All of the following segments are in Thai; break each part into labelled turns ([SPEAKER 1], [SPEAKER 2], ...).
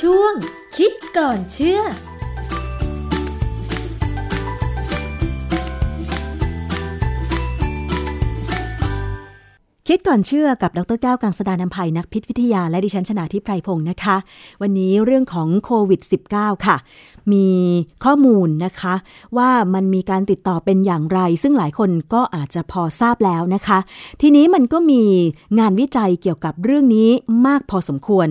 [SPEAKER 1] ช่วง คิดก่อนเชื่อ
[SPEAKER 2] คิดก่อนเชื่อกับดรแก้วกังสดานนภัยนักพิษวิทยาและดิฉันชนาทิพไพรพงศ์นะคะ วันนี้เรื่องของโควิด -19 ค่ะ มีข้อมูลนะคะ ว่ามันมีการติดต่อเป็นอย่างไร ซึ่งหลายคนก็อาจจะพอทราบแล้วนะคะ ทีนี้มันก็มีงานวิจัยเกี่ยวกับเรื่องนี้มากพอสมควร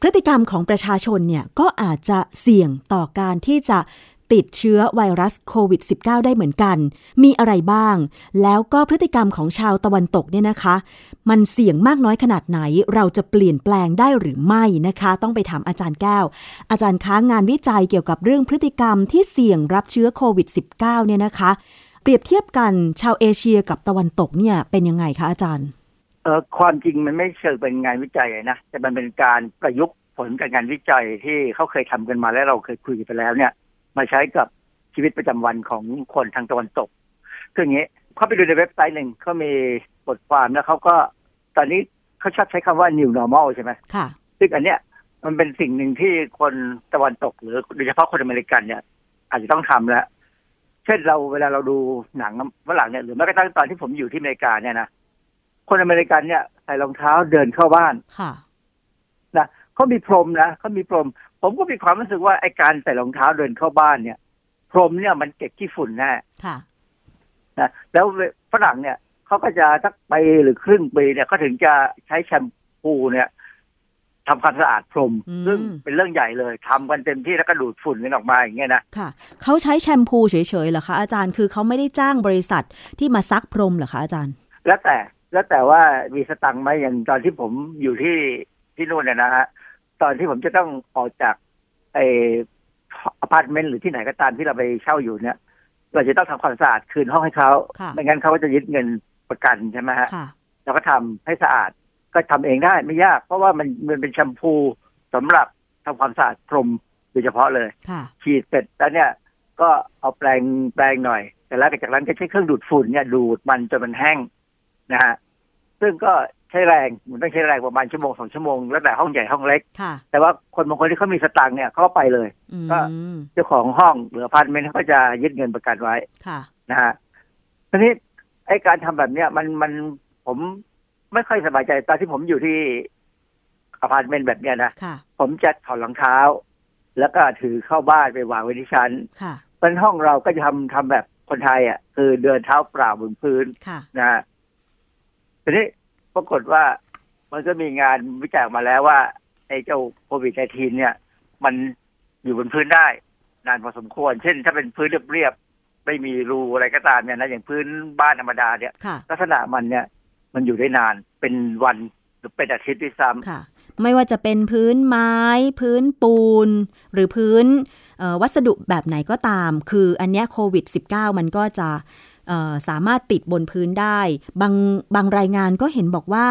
[SPEAKER 2] พฤติกรรมของประชาชนเนี่ยก็อาจจะเสี่ยงต่อการที่จะติดเชื้อไวรัสโควิด -19 ได้เหมือนกัน มีอะไรบ้าง แล้วก็พฤติกรรมของชาวตะวันตกเนี่ยนะคะ มันเสี่ยงมากน้อยขนาดไหน เราจะเปลี่ยนแปลงได้หรือไม่นะคะ ต้องไปถามอาจารย์แก้ว อาจารย์คะงานวิจัยเกี่ยวกับเรื่องพฤติกรรมที่เสี่ยงรับเชื้อโควิด -19 เนี่ยนะคะ เปรียบเทียบกันชาวเอเชียกับตะวันตกเนี่ยเป็นยังไงคะอาจารย์
[SPEAKER 3] เออความจริงมันไม่เชิงเป็นงานวิจัยนะแต่มันเป็นการประยุกต์ผลจากงานวิจัยที่เขาเคยทำกันมาและเราเคยคุยกันไปแล้วเนี่ย มาใช้กับชีวิตประจำวันของคนทางตะวันตกคืออย่างนี้เขาไปดูในเว็บไซต์หนึ่งเขามีบทความแล้วเขาก็ตอนนี้เขาชอบใช้คำว่า new normal ใช่ไหม
[SPEAKER 2] ค่ะ
[SPEAKER 3] ซึ่งอันเนี้ยมันเป็นสิ่งหนึ่งที่คนตะวันตกหรือโดยเฉพาะคนอเมริกันเนี่ย อาจจะต้องทำแล้ว เช่นเราเวลาเราดูหนังฝรั่งเนี่ยหรือแม้กระทั่งตอนที่ผมอยู่ที่อเมริกาเนี่ยนะคนอเมริกันเนี่ยใส่รองเท้าเดินเข้าบ้าน
[SPEAKER 2] ค่ะ
[SPEAKER 3] นะเขามีพรมนะเขามีพรม ผมก็มีความรู้สึกว่าไอการใส่รองเท้าเดินเข้าบ้านเนี่ย พรมเนี่ยมันเก็บขี้ฝุ่นแน่
[SPEAKER 2] ค่ะ
[SPEAKER 3] นะแล้วฝรั่งเนี่ยเขาก็จะสักปีหรือครึ่งปีเนี่ยก็ถึงจะใช้แชมพูเนี่ยทำความสะอาดพรม
[SPEAKER 2] อืม
[SPEAKER 3] ซึ่งเป็นเรื่องใหญ่เลยทำกันเต็มที่แล้วก็ดูดฝุ่นกันออกมาอย่างเงี้ยนะ
[SPEAKER 2] ค่ะ เขาใช้แชมพูเฉยๆเหรอคะอาจารย์ คือเขาไม่ได้จ้างบริษัทที่มาซักพรมเหรอคะอาจารย์
[SPEAKER 3] แล้วแต่แล้วแต่ว่ามีสตังค์ไหมอย่างตอนที่ผมอยู่ที่ที่นู่นเนี่ยนะฮะตอนที่ผมจะต้องออกจากไออพาร์ตเมนต์หรือที่ไหนก็ตามที่เราไปเช่าอยู่เนี่ย เราจะต้องทำความสะอาดคืนห้องให้เขา
[SPEAKER 2] ค่ะ
[SPEAKER 3] ไม่งั้นเขาก็จะยึดเงินประกันใช่ไหมฮะ
[SPEAKER 2] ค่ะ
[SPEAKER 3] เราก็ทำให้สะอาดก็ทำเองได้ไม่ยาก เพราะว่ามันมันเป็นแชมพูสำหรับทำความสะอาดพรมโดยเฉพาะเลย
[SPEAKER 2] ค่ะ
[SPEAKER 3] ฉีดเสร็จแล้วเนี่ย ก็เอาแปรงแปรงหน่อย แต่แล้วจากนั้นก็ใช้เครื่องดูดฝุ่นเนี่ยดูดมันจนมันแห้งนะฮะซึ่งก็ใช้แรงมันต้องใช้แรงประมาณชั่วโมงสองชั่วโมงแล้วแต่ห้องใหญ่ห้องเล็ก
[SPEAKER 2] ค่ะ
[SPEAKER 3] แต่ว่าคนบางคนที่เขามีสตางค์เนี่ยเขาก็ไปเลย
[SPEAKER 2] อื
[SPEAKER 3] ก็
[SPEAKER 2] ม
[SPEAKER 3] เจ้าของห้องหรืออพาร์ตเมนต์เขาก็จะยึดเงินประกันไว้
[SPEAKER 2] ค่ะ
[SPEAKER 3] นะฮะทีนี้ไอ้การทำแบบเนี้ยมันมันผมไม่ค่อยสบายใจตอนที่ผมอยู่ที่อพาร์ตเมนต์แบบเนี้ยนะ
[SPEAKER 2] ค่ะ
[SPEAKER 3] ผมจะถอดรองเท้า แล้วก็ถือเข้าบ้านไปวางไว้ที่ชั้น
[SPEAKER 2] ค่ะ
[SPEAKER 3] เป็นห้องเราก็จะทำทำแบบคนไทยอ่ะคือเดินเท้าเปล่าบนพื้น
[SPEAKER 2] ค่ะ
[SPEAKER 3] นะฮะทีนี้ปรากฏว่ามันก็มีงานวิจัยออกมาแล้วว่าไอ้เจ้าโควิด1 9เนี่ย มันอยู่บนพื้นได้ นานพอสมควร เช่น ถ้าเป็นพื้นเรียบๆไม่มีรูอะไรก็ตามเนี่ยนะอย่างพื้นบ้านธรรมดาเนี่ย
[SPEAKER 2] ค่ะ
[SPEAKER 3] ลักษณะมันเนี่ย มันอยู่ได้นานเป็นวันหรือเป็นอาทิตย์ด้วยซ้
[SPEAKER 2] ค่ะ ไม่ว่าจะเป็นพื้นไม้ พื้นปูน หรือพื้นเอ่อวัสดุแบบไหนก็ตาม คืออันเนี้ยโควิด -19 มันก็จะเอ่อสามารถติดบนพื้นได้ บางบางรายงานก็เห็นบอกว่า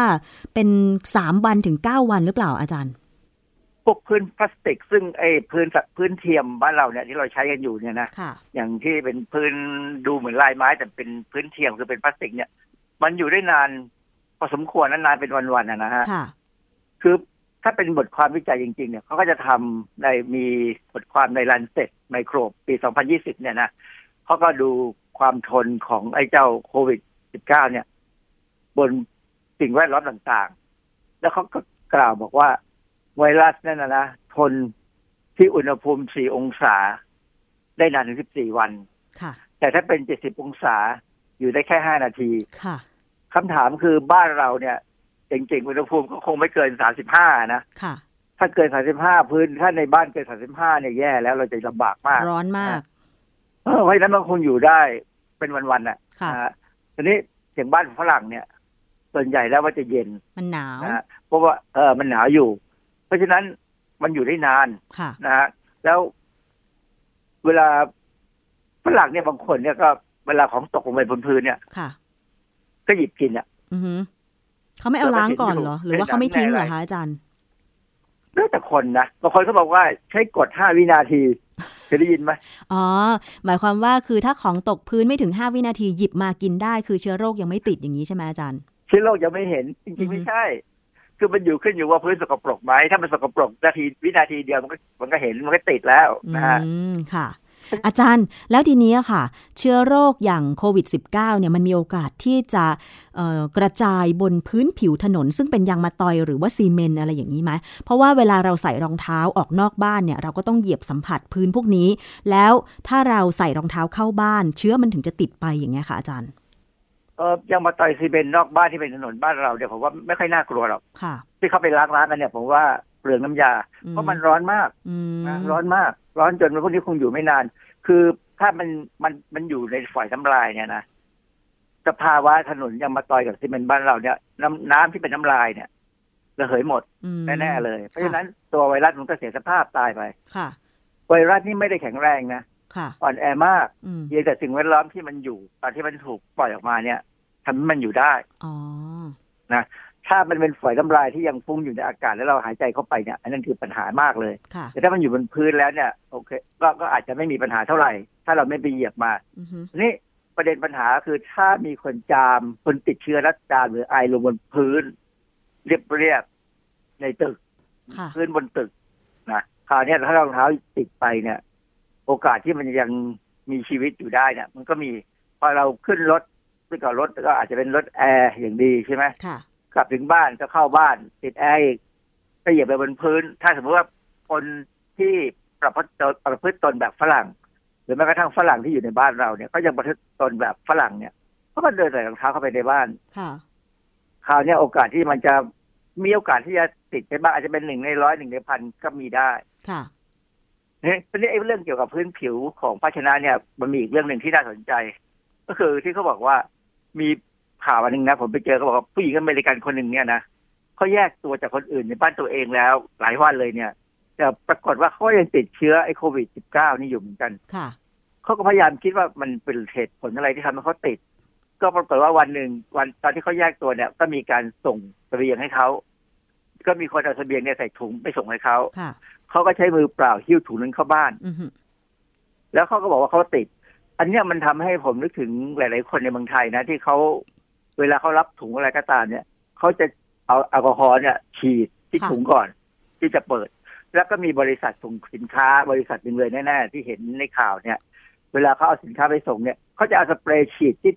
[SPEAKER 2] เป็น 3 วันถึง 9 วันหรือเปล่าอาจารย์
[SPEAKER 3] ำพวกพื้นพลาสติก ซึ่งไอ้พื้นสักพื้นเทียมบ้านเราเนี่ยที่เราใช้กันอยู่เนี่ยนะ
[SPEAKER 2] ค่ะ
[SPEAKER 3] อย่างที่เป็นพื้นดูเหมือนลายไม้ แต่เป็นพื้นเทียมคือเป็นพลาสติกเนี่ย มันอยู่ได้นานพอสมควรนะนานเป็นวันๆนะนะฮะ
[SPEAKER 2] ค่ะ
[SPEAKER 3] คือถ้าเป็นบทความวิจัยจริง ๆ เนี่ยเขาก็จะทำในมีบทความใน Lancet Microbe ปี 2020 เนี่ยนะเขาก็ดูความทนของไอ้เจ้าโควิด 19 เนี่ย บนสิ่งแวดล้อมต่างๆ แล้วเขาก็กล่าวบอกว่า ไวรัสนั่นนะนะทนที่อุณหภูมิ 4 องศา ได้นานถึง 14 วัน
[SPEAKER 2] ค่ะ
[SPEAKER 3] แต่ถ้าเป็น 70 องศาอยู่ได้แค่ 5 นาที
[SPEAKER 2] ค่ะ
[SPEAKER 3] คำถามคือบ้านเราเนี่ยจริงๆอุณหภูมิก็คงไม่เกิน 35 นะ
[SPEAKER 2] ค่ะ
[SPEAKER 3] ถ้าเกิน 35 พื้น ถ้าในบ้านเกิน 35 เนี่ยแย่แล้วเราจะลำบากมาก
[SPEAKER 2] ร้อนมาก
[SPEAKER 3] เออเพราะฉะนั้นมันคงอยู่ได้เป็นวันๆน่ะ
[SPEAKER 2] ค่ะ
[SPEAKER 3] นะฮะทีนี้อย่างบ้านฝรั่งเนี่ย ส่วนใหญ่แล้วว่าจะเย็น
[SPEAKER 2] มันหนาว
[SPEAKER 3] นะฮะเพราะว่าเออมันหนาวอยู่ เพราะฉะนั้นมันอยู่ได้นาน
[SPEAKER 2] ค่ะ
[SPEAKER 3] นะฮะแล้วเวลาฝรั่งเนี่ยบางคนเนี่ยก็เวลาของตกลงไปบนพื้นเนี่ย
[SPEAKER 2] ค่ะ
[SPEAKER 3] ก็หยิบกินอ่ะ
[SPEAKER 2] อือหือเขาไม่เอาล้างก่อนเหรอ หรือว่าเขาไม่ทิ้งเหรอคะอาจารย์
[SPEAKER 3] แล้วแต่คนนะบางคนเขาบอกว่าใช้กด 5 วินาทีเคยได้ยินไหม
[SPEAKER 2] อ๋อ หมายความว่าคือถ้าของตกพื้นไม่ถึง 5 วินาทีหยิบมากินได้ คือเชื้อโรคยังไม่ติดอย่างนี้ใช่ไหมอาจารย์
[SPEAKER 3] เชื้อโรคยังไม่เห็นจริงๆ
[SPEAKER 2] อือฮึ
[SPEAKER 3] ไม่ใช่ คือมันอยู่ขึ้นอยู่ว่าพื้นสกปรกไหมถ้ามันสกปรกนาทีวินาทีเดียวมันก็มันก็เห็นมันก็ติดแล้วนะฮะ
[SPEAKER 2] อืมค่ะ อาจารย์แล้วทีนี้ค่ะ เชื้อโรคอย่างโควิด -19 เนี่ยมันมีโอกาสที่จะเอ่อกระจายบนพื้นผิวถนน ซึ่งเป็นยางมะตอยหรือว่าซีเมนต์อะไรอย่างนี้ไหมเพราะว่าเวลาเราใส่รองเท้าออกนอกบ้านเนี่ยเราก็ต้องเหยียบสัมผัสพื้นพวกนี้ แล้วถ้าเราใส่รองเท้าเข้าบ้าน เชื้อมันถึงจะติดไปอย่างเงี้ยค่ะ อาจารย์
[SPEAKER 3] เออยังมาต่อยซีเมนต์นอกบ้านที่เป็นถนนบ้านเราเนี่ยผมว่าไม่ค่อยน่ากลัวหรอก
[SPEAKER 2] ค่ะ
[SPEAKER 3] ที่เขาไปล้างร้านกันเนี่ยผมว่าเปลืองน้ำยา
[SPEAKER 2] อื
[SPEAKER 3] เพราะมันร้อนมาก
[SPEAKER 2] อืม
[SPEAKER 3] นะร้อนมาก ร้อนจนพวกนี้คงอยู่ไม่นาน คือถ้ามันมันมันอยู่ในฝอยน้ำลายเนี่ยนะสภาวะถนนยังมาต่อยกับซีเมนต์บ้านเราเนี่ยน้ำน้ำที่เป็นน้ำลายเนี่ยระเหยหมด
[SPEAKER 2] อืม
[SPEAKER 3] แน่ๆเลย เพราะฉะนั้นตัวไวรัสมันก็เสียสภาพตายไป
[SPEAKER 2] ค่ะ
[SPEAKER 3] ไวรัสนี่ไม่ได้แข็งแรงนะ
[SPEAKER 2] ค่ะ
[SPEAKER 3] อ่อนแอมาก
[SPEAKER 2] อืม
[SPEAKER 3] เพียงแต่สิ่งแวดล้อมที่มันอยู่ตอนที่มันถูกปล่อยออกมาเนี่ยทำให้มันอยู่ได้
[SPEAKER 2] อ๋อ
[SPEAKER 3] ถ้ามันเป็นฝอยน้ำลายที่ยังฟุ้งอยู่ในอากาศแล้วเราหายใจเข้าไปเนี่ยอันนั้นคือปัญหามากเลย
[SPEAKER 2] ค่ะ
[SPEAKER 3] แต่ถ้ามันอยู่บนพื้นแล้วเนี่ยโอเคก็ก็อาจจะไม่มีปัญหาเท่าไหร่ ถ้าเราไม่ไปเหยียบมา
[SPEAKER 2] อือฮึ
[SPEAKER 3] ทีนี่ประเด็นปัญหาคือถ้ามีคนจามคนติดเชื้อแล้วจามหรือไอลงบนพื้น เรียบเรียบๆในตึก
[SPEAKER 2] ค่ะ
[SPEAKER 3] พื้นบนตึกนะคราวเนี้ยถ้ารองเท้าติดไปเนี่ย โอกาสที่มันยังมีชีวิตอยู่ได้เนี่ยมันก็มีพอเราขึ้นรถไม่ก็รถก็อาจจะเป็นรถแอร์อย่างดีใช่ไหม
[SPEAKER 2] ค่ะ
[SPEAKER 3] กลับถึงบ้านก็เข้าบ้านติดแอร์อีกก็เหยียบไปบนพื้น ถ้าสมมติว่าคนที่ประพฤติตนประพฤติตนแบบฝรั่ง หรือแม้กระทั่งฝรั่งที่อยู่ในบ้านเราเนี่ยก็ยังประพฤติตนแบบฝรั่งเนี่ยเขาก็เดินใส่รองเท้าเข้าไปในบ้าน
[SPEAKER 2] ค่ะ
[SPEAKER 3] คราวเนี้ยโอกาสที่มันจะมีโอกาสที่จะติดได้บ้างอาจจะเป็นหนึ่งในร้อยหนึ่งในพันก็มีได้
[SPEAKER 2] ค่ะ
[SPEAKER 3] เนี่ยทีนี้ไอ้เรื่องเกี่ยวกับพื้นผิวของภาชนะเนี่ย มันมีอีกเรื่องหนึ่งที่น่าสนใจ ก็คือที่เขาบอกว่ามีข่าวอันหนึ่งนะ ผมไปเจอเขาบอกว่าผู้หญิงอเมริกันคนหนึ่งเนี่ยนะเขาแยกตัวจากคนอื่นในบ้านตัวเองแล้ว หลายวันเลยเนี่ย แต่ปรากฏว่าเขายังติดเชื้อไอ้โควิด -19 นี่อยู่เหมือนกัน
[SPEAKER 2] ค่ะ
[SPEAKER 3] เขาก็พยายามคิดว่ามันเป็นเหตุผลอะไรที่ทำให้เขาติด ก็ปรากฏว่าวันหนึ่งวันตอนที่เขาแยกตัวเนี่ย ก็มีการส่งเสบียงให้เขา ก็มีคนเอาเสบียงเนี่ยใส่ถุงไปส่งให้เขา
[SPEAKER 2] ค่ะ
[SPEAKER 3] เขาก็ใช้มือเปล่าหิ้วถุงนั้นเข้าบ้าน
[SPEAKER 2] อือฮึ
[SPEAKER 3] แล้วเขาก็บอกว่าเขาติด อันเนี้ยมันทำให้ผมนึกถึงหลาย ๆ คนในเมืองไทยนะ ที่เขาเวลาเขารับถุงอะไรก็ตามเนี่ยเขาจะเอาแอลกอฮอล์เนี่ยฉีดที่
[SPEAKER 2] ค่ะ
[SPEAKER 3] ถุงก่อน ที่จะเปิด แล้วก็มีบริษัทส่งสินค้า บริษัทหนึ่งเลยแน่ ๆ ที่เห็นในข่าวเนี่ย เวลาเขาเอาสินค้าไปส่งเนี่ยเขาจะเอาสเปรย์ฉีดที่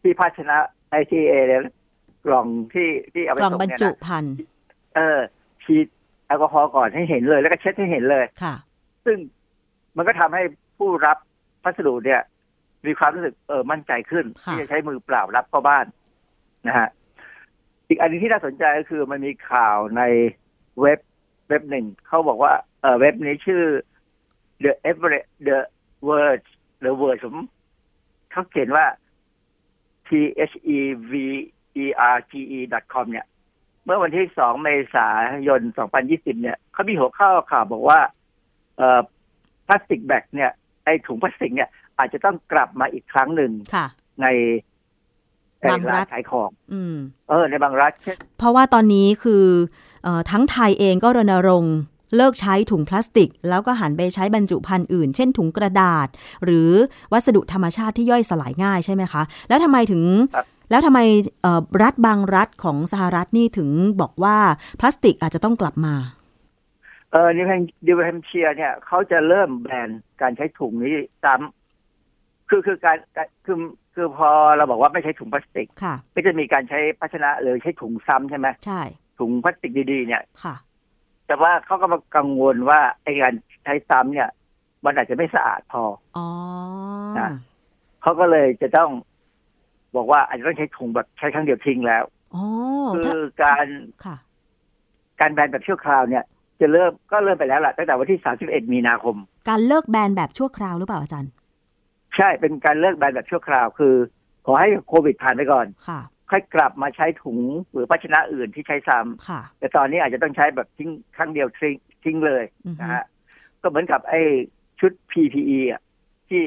[SPEAKER 3] ที่ภาชนะ ITA เลยนะกล่องที่ที่เอาไป
[SPEAKER 2] กล่อง
[SPEAKER 3] ส่ง
[SPEAKER 2] บรร
[SPEAKER 3] เนี่ย
[SPEAKER 2] จุ
[SPEAKER 3] นะ
[SPEAKER 2] ภัณฑ์
[SPEAKER 3] เออ ฉีดแอลกอฮอล์ก่อนให้เห็นเลย แล้วก็เช็ดให้เห็นเลย
[SPEAKER 2] ค่ะ
[SPEAKER 3] ซึ่งมันก็ทำให้ผู้รับพัสดุเนี่ย มีความรู้สึกเออมั่นใจขึ้น ที่จะใช้มือเปล่ารับเข้าบ้านนะฮะอีกอันหนึงที่น่าสนใจก็คือมันมีข่าวในเว็บเว็บหนึ่งเขาบอกว่าเออเว็บนี้ชื่อ the e v e r the word the word ผมเขาเขียนว่า t h e v e r g e com เนี่ย เมื่อวันที่ 2 เมษายน 2020 เนี่ยเขามีหัวข้อข่าวบอกว่า เอ่อพลาสติกแบกเนี่ยไอถุงพลาสติกเนี่ย อาจจะต้องกลับมาอีกครั้งหนึ่ง
[SPEAKER 2] ค่ะ
[SPEAKER 3] ในใน
[SPEAKER 2] บางรั
[SPEAKER 3] ร้าน
[SPEAKER 2] ฐ
[SPEAKER 3] ขายของ
[SPEAKER 2] อืม
[SPEAKER 3] เออ ในบางรัฐเช่น
[SPEAKER 2] เพราะว่าตอนนี้คือเออทั้งไทยเองก็รณรงค์เลิกใช้ถุงพลาสติก แล้วก็หันไปใช้บรรจุภัณฑ์อื่น เช่นถุงกระดาษ หรือวัสดุธรรมชาติที่ย่อยสลายง่ายใช่ไหมคะ แล้วทำไมถึง แล้วทำไมเอ่อรัฐบางรัฐของสหรัฐนี่ถึงบอกว่าพลาสติกอาจจะต้องกลับมา
[SPEAKER 3] เออนิวแฮมนิวแฮมเชียร์เนี่ยเขาจะเริ่มแบนการใช้ถุงนี้ซ้ำคือคือการการคือคือพอเราบอกว่าไม่ใช้ถุงพลาสติก
[SPEAKER 2] ค่ะ
[SPEAKER 3] ก็จะมีการใช้ภาชนะหรือใช้ถุงซ้ำใช่ไหม
[SPEAKER 2] ใช่
[SPEAKER 3] ถุงพลาสติกดีๆเนี่ย
[SPEAKER 2] ค่ะ
[SPEAKER 3] แต่ว่าเขาก็มากังวลว่าไอการใช้ซ้ำเนี่ย มันอาจจะไม่สะอาดพอ
[SPEAKER 2] อ๋อ
[SPEAKER 3] นะ เขาก็เลยจะต้องบอกว่าอาจจะต้องใช้ถุงแบบใช้ครั้งเดียวทิ้งแล้ว
[SPEAKER 2] อ๋อถ้า
[SPEAKER 3] คือการ
[SPEAKER 2] ค่ะ
[SPEAKER 3] การแบนแบบชั่วคราวเนี่ย จะเริ่มก็เริ่มไปแล้วล่ะตั้งแต่วันที่ 31 มีนาคม
[SPEAKER 2] การเลิกแบนแบบชั่วคราวหรือเปล่าอาจารย์
[SPEAKER 3] ใช่เป็นการเลิกแบนแบบชั่วคราว คือ ขอให้โควิดผ่านไปก่อน
[SPEAKER 2] ค่ะ
[SPEAKER 3] ค่อยกลับมาใช้ถุงหรือภาชนะอื่นที่ใช้ซ้
[SPEAKER 2] ค่ะ
[SPEAKER 3] ำแต่ตอนนี้อาจจะต้องใช้แบบทิ้งครั้งเดียวทิ้งทิ้งเลย
[SPEAKER 2] อือฮึ
[SPEAKER 3] นะฮะก็เหมือนกับไอ้ชุด PPE อ่ะที่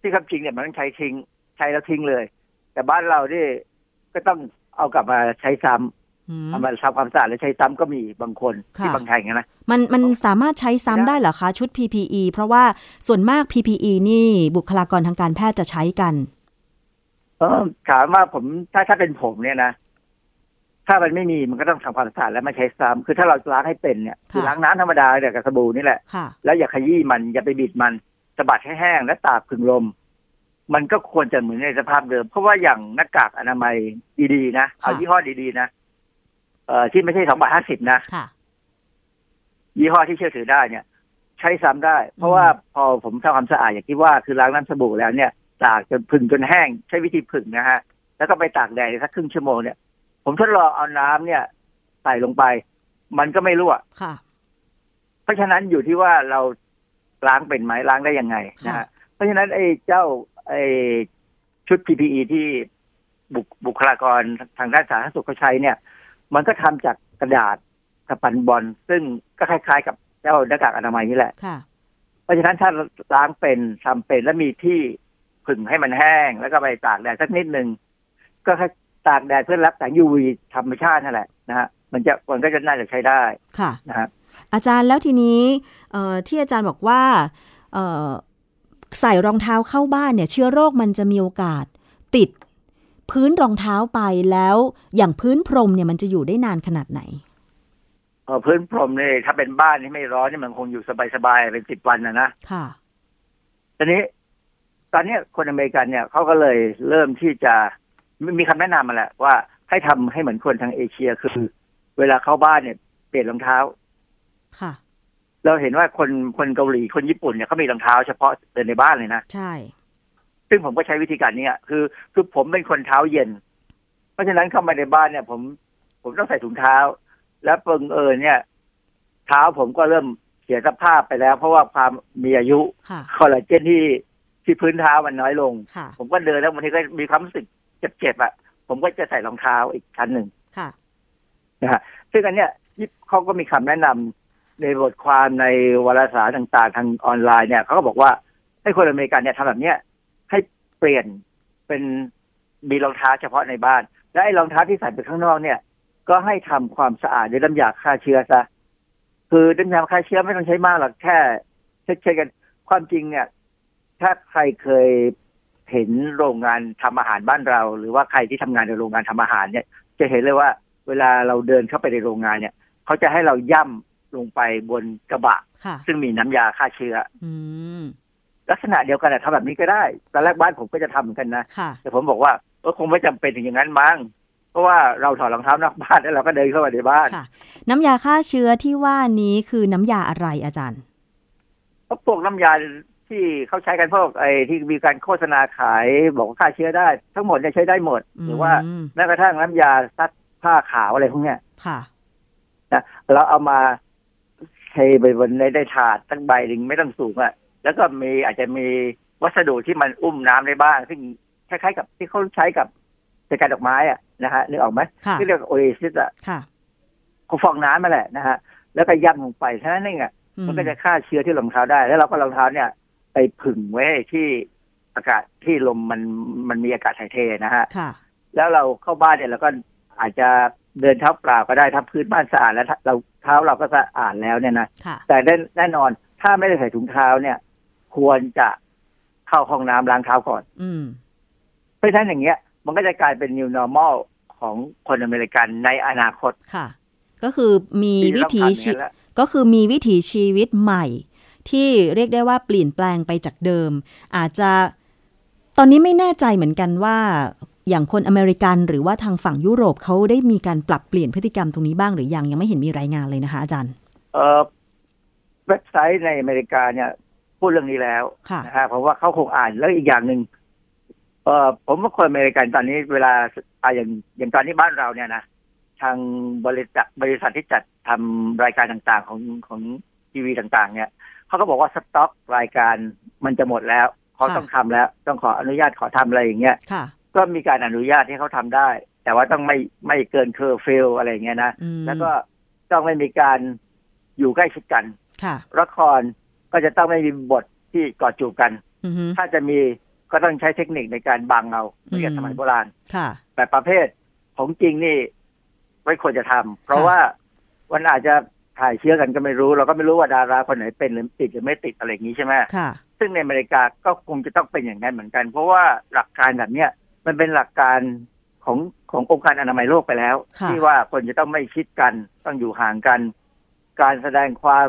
[SPEAKER 3] ที่คำจริงเนี่ยมันต้องใช้ทิ้งใช้แล้วทิ้งเลย แต่บ้านเรานี่ก็ต้องเอากลับมาใช้ซ้ำ
[SPEAKER 2] อืม
[SPEAKER 3] เอามาทำความสะอาดแล้วใช้ซ้ำก็มีบางคน
[SPEAKER 2] ค่ะ
[SPEAKER 3] ที่บางแห่งนะ
[SPEAKER 2] มันมันสามารถใช้ซ้ำได้เหรอคะชุด PPE เพราะว่าส่วนมาก PPE นี่บุคลากรทางการแพทย์จะใช้กัน
[SPEAKER 3] เออถามว่าผมถ้าถ้าเป็นผมเนี่ยนะ ถ้ามันไม่มีมันก็ต้องทำความสะอาดแล้วมาใช้ซ้ำคือถ้าเราล้างให้เป็นเนี่ย
[SPEAKER 2] ค่ะ
[SPEAKER 3] คือล้างน้ำธรรมดาเนี่ยกับสบู่นี่แหละ
[SPEAKER 2] ค่ะ
[SPEAKER 3] แล้วอย่าขยี้มันอย่าไปบิดมันสะบัดให้แห้งและตากผึ่งลม มันก็ควรจะเหมือนในสภาพเดิม เพราะว่าอย่างหน้ากากอนามัยดีๆนะเอา
[SPEAKER 2] ค่ะ
[SPEAKER 3] ยี่ห้อดีๆนะเอ่อที่ไม่ใช่สองบาทห้าสิบนะ
[SPEAKER 2] ค่ะ
[SPEAKER 3] ยี่ห้อที่เชื่อถือได้เนี่ย ใช้ซ้ำได้ เพราะว่าพอผมทำความสะอาดอย่างที่ว่าคือล้างน้ำสบู่แล้วเนี่ย ตากจนผึ่งจนแห้ง ใช้วิธีผึ่งนะฮะ แล้วก็ไปตากแดดสักครึ่งชั่วโมงเนี่ย ผมทดลองเอาน้ำเนี่ยใส่ลงไป มันก็ไม่รั่ว
[SPEAKER 2] ค่ะ
[SPEAKER 3] เพราะฉะนั้นอยู่ที่ว่าเราล้างเป็นไหมล้างได้ยังไงนะ
[SPEAKER 2] ค่ะ
[SPEAKER 3] ฮะเพราะฉะนั้นไอ้เจ้าไอ้ชุด PPE ที่บุคบุคลากรทางด้านสาธารณสุขเขาใช้เนี่ย มันก็ทำจากกระดาษกับปันบอลซึ่งก็คล้าย ๆ กับเจ้าหน้ากากอนามัยนี่แหละ
[SPEAKER 2] ค่ะ
[SPEAKER 3] เพราะฉะนั้นถ้าล้างเป็นทำเป็นแล้วมีที่ผึ่งให้มันแห้ง แล้วก็ไปตากแดดสักนิดหนึ่งก็แค่ตากแดดเพื่อรับแสง UV ธรรมชาตินั่นแหละนะฮะมันจะมันก็จะน่าจะใช้ได้
[SPEAKER 2] ค่ะ
[SPEAKER 3] นะฮะ
[SPEAKER 2] อาจารย์แล้วทีนี้เอ่อที่อาจารย์บอกว่าเอ่อใส่รองเท้าเข้าบ้านเนี่ยเชื้อโรคมันจะมีโอกาสติด พื้นรองเท้าไปแล้วอย่างพื้นพรมเนี่ยมันจะอยู่ได้นานขนาดไหน
[SPEAKER 3] เอ่อพื้นพรมเนี่ยถ้าเป็นบ้านที่ไม่ร้อนนี่มันคงอยู่สบายๆเป็นสิบวันนะนะ
[SPEAKER 2] ค่ะ
[SPEAKER 3] ทีนี้ ตอนเนี้ยคนอเมริกันเนี่ยเขาก็เลยเริ่มที่จะมีมีคำแนะนำมาแหละว่าให้ทำให้เหมือนคนทางเอเชียคือ เวลาเข้าบ้านเนี่ยเปลี่ยนรองเท้า
[SPEAKER 2] ค่ะ
[SPEAKER 3] เราเห็นว่าคนคนเกาหลีคนญี่ปุ่นเนี่ยเขามีรองเท้าเฉพาะเดินในบ้านเลยนะ
[SPEAKER 2] ใช่
[SPEAKER 3] ซึ่งผมก็ใช้วิธีการเนี้ยคือคือผมเป็นคนเท้าเย็น เพราะฉะนั้นเข้ามาในบ้านเนี่ย ผมผมต้องใส่ถุงเท้า แล้วเปิงเอิญเนี่ย เท้าผมก็เริ่มเสียสภาพไปแล้ว เพราะว่าความมีอายุ
[SPEAKER 2] ค่ะ
[SPEAKER 3] คอลลาเจนที่ที่พื้นเท้ามันน้อยลง
[SPEAKER 2] ค่ะ
[SPEAKER 3] ผมก็เดินแล้วบางทีก็มีความรู้สึกเจ็บๆอ่ะ ผมก็จะใส่รองเท้าอีกชั้นหนึ่ง
[SPEAKER 2] ค่ะ
[SPEAKER 3] ซึ่งอันเนี้ยญี่ปุ่นเขาก็มีคำแนะนำในบทความในวารสารต่างๆ ทางออนไลน์เนี่ยเขาก็บอกว่าให้คนอเมริกันเนี่ยทำแบบเนี้ยให้เปลี่ยนเป็นมีรองเท้าเฉพาะในบ้าน และไอ้รองเท้าที่ใส่ไปข้างนอกเนี่ย ก็ให้ทำความสะอาดด้วยน้ำยาฆ่าเชื้อซะคือน้ำยาฆ่าเชื้อไม่ต้องใช้มากหรอกแค่เช็ดเช็ดกันความจริงเนี่ย ถ้าใครเคยเห็นโรงงานทำอาหารบ้านเรา หรือว่าใครที่ทำงานในโรงงานทำอาหารเนี่ย จะเห็นเลยว่าเวลาเราเดินเข้าไปในโรงงานเนี่ย เขาจะให้เราย่ำลงไปบนกระบะ
[SPEAKER 2] ค่ะ
[SPEAKER 3] ซึ่งมีน้ำยาฆ่าเชื้อ
[SPEAKER 2] อืม
[SPEAKER 3] ลักษณะเดียวกันอะทำแบบนี้ก็ได้ตอนแรกบ้านผมก็จะทำเหมือนกันนะ
[SPEAKER 2] ค่ะ
[SPEAKER 3] แต่ผมบอกว่าเออคงไม่จำเป็นถึงอย่างนั้นมั้งเพราะว่าเราถอดรองเท้านอก บ้านแล้วเราก็เดินเข้ามาในบ้าน
[SPEAKER 2] ค่ะ น้ำยาฆ่าเชื้อที่ว่านี้คือน้ำยาอะไรอาจารย์
[SPEAKER 3] เพราะพวกน้ำยาที่เขาใช้กันพวกไอ้ที่มีการโฆษณาขายบอกว่าฆ่าเชื้อได้ ทั้งหมดเนี่ยใช้ได้หมด หรือว่า
[SPEAKER 2] อืม
[SPEAKER 3] แม้กระทั่งน้ำยาซักผ้าขาวอะไรพวกเนี้ย
[SPEAKER 2] ค่ะ
[SPEAKER 3] นะเราเอามาเทไปบนในได้ถาดตั้งใบหนึ่งไม่ต้องสูงอะแล้วก็มีอาจจะมีวัสดุที่มันอุ้มน้ำได้บ้าง ซึ่งคล้ายๆกับที่เขาใช้กับจัดการดอกไม้อะนะฮะนึกออกไหม
[SPEAKER 2] ค่ะ
[SPEAKER 3] ที่เรียกโอเอซิสอะ
[SPEAKER 2] ค่ะ
[SPEAKER 3] ก็ฟองน้ำมาแหละนะฮะ แล้วก็ย่ำลงไปเท่านั้นเองอ่ะ
[SPEAKER 2] อื
[SPEAKER 3] มันก็จะฆ่าเชื้อที่รองเท้าได้ แล้วเราก็รองเท้าเนี่ย ไปผึ่งไว้ที่อากาศที่ลมมันมันมีอากาศถ่ายเทนะฮะ
[SPEAKER 2] ค่ะ
[SPEAKER 3] แล้วเราเข้าบ้านเนี่ยเราก็อาจจะเดินเท้าเปล่าก็ได้ถ้าพื้นบ้านสะอาดแล้วถ้าเราเท้าเราก็สะอาดแล้วเนี่ยนะ
[SPEAKER 2] ค่ะ
[SPEAKER 3] แต่แน่แน่นอนถ้าไม่ได้ใส่ถุงเท้าเนี่ย ควรจะเข้าห้องน้ำล้างเท้าก่อน
[SPEAKER 2] อืม
[SPEAKER 3] เพราะฉะนั้นอย่างเงี้ย มันก็จะกลายเป็น new normal ของคนอเมริกันในอนาคต
[SPEAKER 2] ค่ะ ก็คือมี
[SPEAKER 3] ที่
[SPEAKER 2] วิ
[SPEAKER 3] เรา
[SPEAKER 2] ถี
[SPEAKER 3] ทำอย่าง
[SPEAKER 2] ชี
[SPEAKER 3] นี้นแล้ว
[SPEAKER 2] ก็คือมีวิถีชีวิตใหม่ ที่เรียกได้ว่าเปลี่ยนแปลงไปจากเดิม อาจจะตอนนี้ไม่แน่ใจเหมือนกันว่า อย่างคนอเมริกันหรือว่าทางฝั่งยุโรปเขาได้มีการปรับเปลี่ยนพฤติกรรมตรงนี้บ้างหรือยังยังไม่เห็นมีรายงานเลยนะคะ อาจารย์
[SPEAKER 3] เอ่อเว็บไซต์ในอเมริกาเนี่ยพูดเรื่องนี้แล้ว
[SPEAKER 2] ค่ะ
[SPEAKER 3] นะฮะเพราะว่าเขาคงอ่านแล้วอีกอย่างหนึ่งเอ่อผมว่าคนอเมริกันตอนนี้เวลาอะอย่างอย่างตอนนี้บ้านเราเนี่ยนะทางบริษัทบริษัทที่จัดทำรายการต่างๆของของทีวีต่างๆ เนี่ยเขาก็บอกว่าสต็อกรายการมันจะหมดแล้วเขา
[SPEAKER 2] ค่ะ
[SPEAKER 3] ต้องทำแล้ว ต้องขออนุญาตขอทำอะไรอย่างเงี้ย
[SPEAKER 2] ค่ะ
[SPEAKER 3] ก็มีการอนุญาตให้เขาทำได้ แต่ว่าต้องไม่ไม่เกินเคอร์ฟิลอะไรอย่างเงี้ยนะ
[SPEAKER 2] อืม
[SPEAKER 3] แล้วก็ต้องไม่มีการอยู่ใกล้ชิดกัน
[SPEAKER 2] ค่ะ
[SPEAKER 3] ละครก็จะต้องไม่มีบทที่กอดจูบกัน
[SPEAKER 2] อือฮึ
[SPEAKER 3] ถ้าจะมีก็ต้องใช้เทคนิคในการบังเอาเหมือนกับ
[SPEAKER 2] อืม
[SPEAKER 3] สมัยโบราณ
[SPEAKER 2] ค่ะ
[SPEAKER 3] แต่ประเภทของจริงนี่ไม่ควรจะทำเพราะ
[SPEAKER 2] ค่ะ
[SPEAKER 3] ว่ามันอาจจะถ่ายเชื้อกันก็ไม่รู้ เราก็ไม่รู้ว่าดาราคนไหนเป็นหรือติดหรือไม่ติดอะไรอย่างนี้ใช่ไหม
[SPEAKER 2] ค่ะ
[SPEAKER 3] ซึ่งในอเมริกาก็คงจะต้องเป็นอย่างนั้นเหมือนกัน เพราะว่าหลักการแบบเนี้ยมันเป็นหลักการของ ขององค์การอนามัยโลกไปแล้ว
[SPEAKER 2] ค่ะ
[SPEAKER 3] ที่ว่าคนจะต้องไม่ชิดกันต้องอยู่ห่างกัน การแสดงความ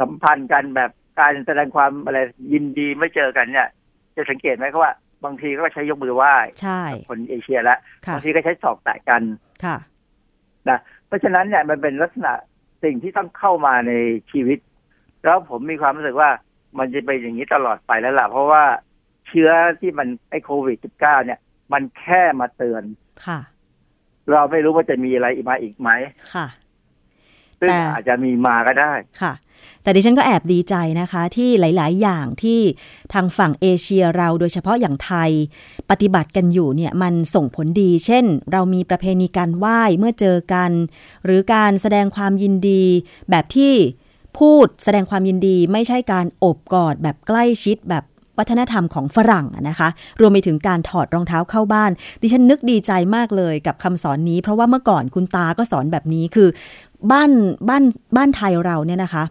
[SPEAKER 3] สัมพันธ์กันแบบการแสดงความอะไรยินดีไม่เจอกันเนี่ย จะสังเกตไหมครับว่า บางทีก็ใช้ยกมือไหว้
[SPEAKER 2] ใช่
[SPEAKER 3] คนเอเชียละ
[SPEAKER 2] ค่ะ
[SPEAKER 3] บางทีก็ใช้ศอกแตะกัน
[SPEAKER 2] ค่ะ
[SPEAKER 3] เพราะฉะนั้นเนี่ยมันเป็นลักษณะสิ่งที่ต้องเข้ามาในชีวิต แล้วผมมีความรู้สึกว่ามันจะเป็นอย่างนี้ตลอดไปแล้วล่ะ เพราะว่าเชื้อที่มันไอโควิด -19 เนี่ย มันแค่มาเตือน
[SPEAKER 2] ค่ะ
[SPEAKER 3] เราไม่รู้ว่าจะมีอะไรอีกมาอีกไหม
[SPEAKER 2] ค่ะ
[SPEAKER 3] ซึ่ง
[SPEAKER 2] แต่
[SPEAKER 3] อาจจะมีมาก็ได้
[SPEAKER 2] ค่ะ แต่ดิฉันก็แอบดีใจนะคะที่หลาย ๆ อย่างที่ทางฝั่งเอเชียเราโดยเฉพาะอย่างไทย ปฏิบัติกันอยู่เนี่ยมันส่งผลดี เช่น เรามีประเพณีการไหว้เมื่อเจอกัน หรือการแสดงความยินดี แบบที่พูดแสดงความยินดีไม่ใช่การโอบกอดแบบใกล้ชิดแบบวัฒนธรรมของฝรั่งอะนะคะ รวมไปถึงการถอดรองเท้าเข้าบ้าน ดิฉันนึกดีใจมากเลยกับคำสอนนี้ เพราะว่าเมื่อก่อนคุณตาก็สอนแบบนี้คือ บ้านบ้านบ้านไทยเราเนี่ยนะคะ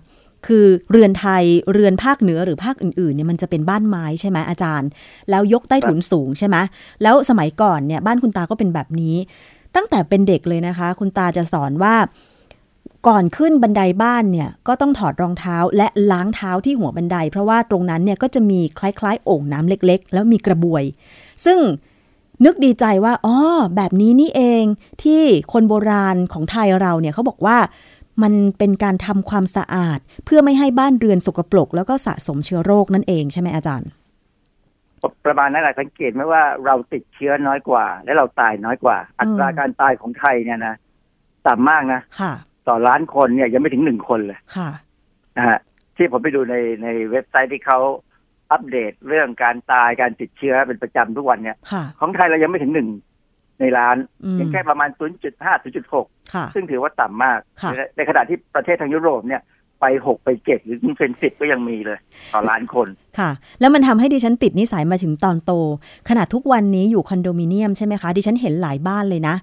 [SPEAKER 2] คือเรือนไทยเรือนภาคเหนือหรือภาคอื่นๆเนี่ยมันจะเป็นบ้านไม้ใช่ไหมอาจารย์ แล้วยกใต้ถุนสูงใช่ไหมแล้วสมัยก่อนเนี่ยบ้านคุณตาก็เป็นแบบนี้ ตั้งแต่เป็นเด็กเลยนะคะ คุณตาจะสอนว่า ก่อนขึ้นบันไดบ้านเนี่ยก็ต้องถอดรองเท้าและล้างเท้าที่หัวบันได เพราะว่าตรงนั้นเนี่ยก็จะมีคล้ายๆโอ่งน้ำเล็ก ๆ แล้วมีกระบวย ซึ่ง นึกดีใจว่าอ๋อแบบนี้นี่เองที่คนโบราณของไทยเราเนี่ยเขาบอกว่ามันเป็นการทำความสะอาด เพื่อไม่ให้บ้านเรือนสกปรก แล้วก็สะสมเชื้อโรคนั่นเองใช่ไหมอาจารย์
[SPEAKER 3] ประมาณนั้นแหละสังเกตไหมว่าเราติดเชื้อน้อยกว่า และเราตายน้อยกว่า อัตราการตายของไทยเนี่ยนะต่ำมากนะ
[SPEAKER 2] ค่ะ
[SPEAKER 3] ต่อล้านคนเนี่ยยังไม่ถึงหนึ่งคนเลย
[SPEAKER 2] ค่ะ
[SPEAKER 3] นะฮะที่ผมไปดูในในเว็บไซต์ที่เขาอัปเดตเรื่องการตายการติดเชื้อเป็นประจำทุกวันเนี่ย
[SPEAKER 2] ค่ะ
[SPEAKER 3] ของไทยเรายังไม่ถึงหนึ่งในล้าน
[SPEAKER 2] อืม
[SPEAKER 3] ยังแค่ประมาณ 0.5 0.6
[SPEAKER 2] ค่ะ
[SPEAKER 3] ซึ่งถือว่าต่ำมาก
[SPEAKER 2] ค่ะ
[SPEAKER 3] ในในขณะที่ประเทศทางยุโรปเนี่ย ไป 6 ไป 7 หรือเป็น10 ก็ยังมีเลย ต่อล้านคน
[SPEAKER 2] ค่ะ แล้วมันทำให้ดิฉันติดนิสัยมาถึงตอนโต ขนาดทุกวันนี้อยู่คอนโดมิเนียมใช่ไหมคะ ดิฉันเห็นหลายบ้านเลยนะ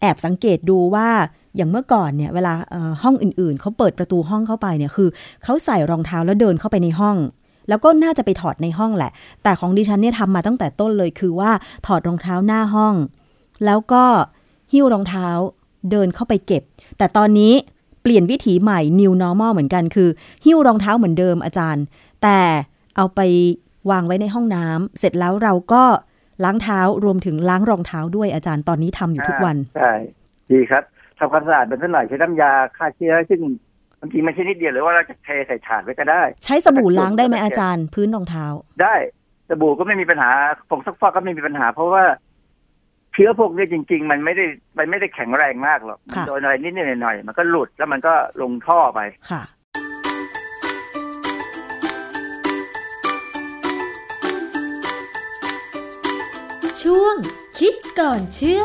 [SPEAKER 2] แอบสังเกตดูว่าอย่างเมื่อก่อนเนี่ยเวลาเอ่อห้องอื่นๆ เขาเปิดประตูห้องเข้าไปเนี่ยคือเขาใส่รองเท้าแล้วเดินเข้าไปในห้อง แล้วก็น่าจะไปถอดในห้องแหละ แต่ของดิฉันเนี่ยทำมาตั้งแต่ต้นเลยคือว่าถอดรองเท้าหน้าห้อง แล้วก็หิ้วรองเท้าเดินเข้าไปเก็บ แต่ตอนนี้เปลี่ยนวิถีใหม่ new normal เหมือนกันคือ หิ้วรองเท้าเหมือนเดิมอาจารย์ แต่เอาไปวางไว้ในห้องน้ำเสร็จแล้วเราก็ล้างเท้ารวมถึงล้างรองเท้าด้วยอาจารย์ตอนนี้ทำอยู่ทุกวัน
[SPEAKER 3] ใช่ ดีครับทำความสะอาดเป็นสักหน่อยใช้น้ำยาฆ่าเชื้อ ซึ่งบางทีมันใช่นิดเดียวหรือว่าเราจะเทใส่ถาดไว้ก็ได้
[SPEAKER 2] ใช้สบู่ล้างได้ไหมอาจารย์ พื้นรองเท้า
[SPEAKER 3] ได้สบู่ก็ไม่มีปัญหาผงซักฟอกก็ไม่มีปัญหา เพราะว่า เชื้อพวกนี้จริง ๆ มันไม่ได้มันไม่ได้แข็งแรงมากหรอกมัน
[SPEAKER 2] ค่ะ
[SPEAKER 3] โดนอะไรนิดๆหน่อยๆมันก็หลุดแล้วมันก็ลงท่อไป
[SPEAKER 2] ค่ะ
[SPEAKER 1] ช่วงคิดก่อนเชื่อ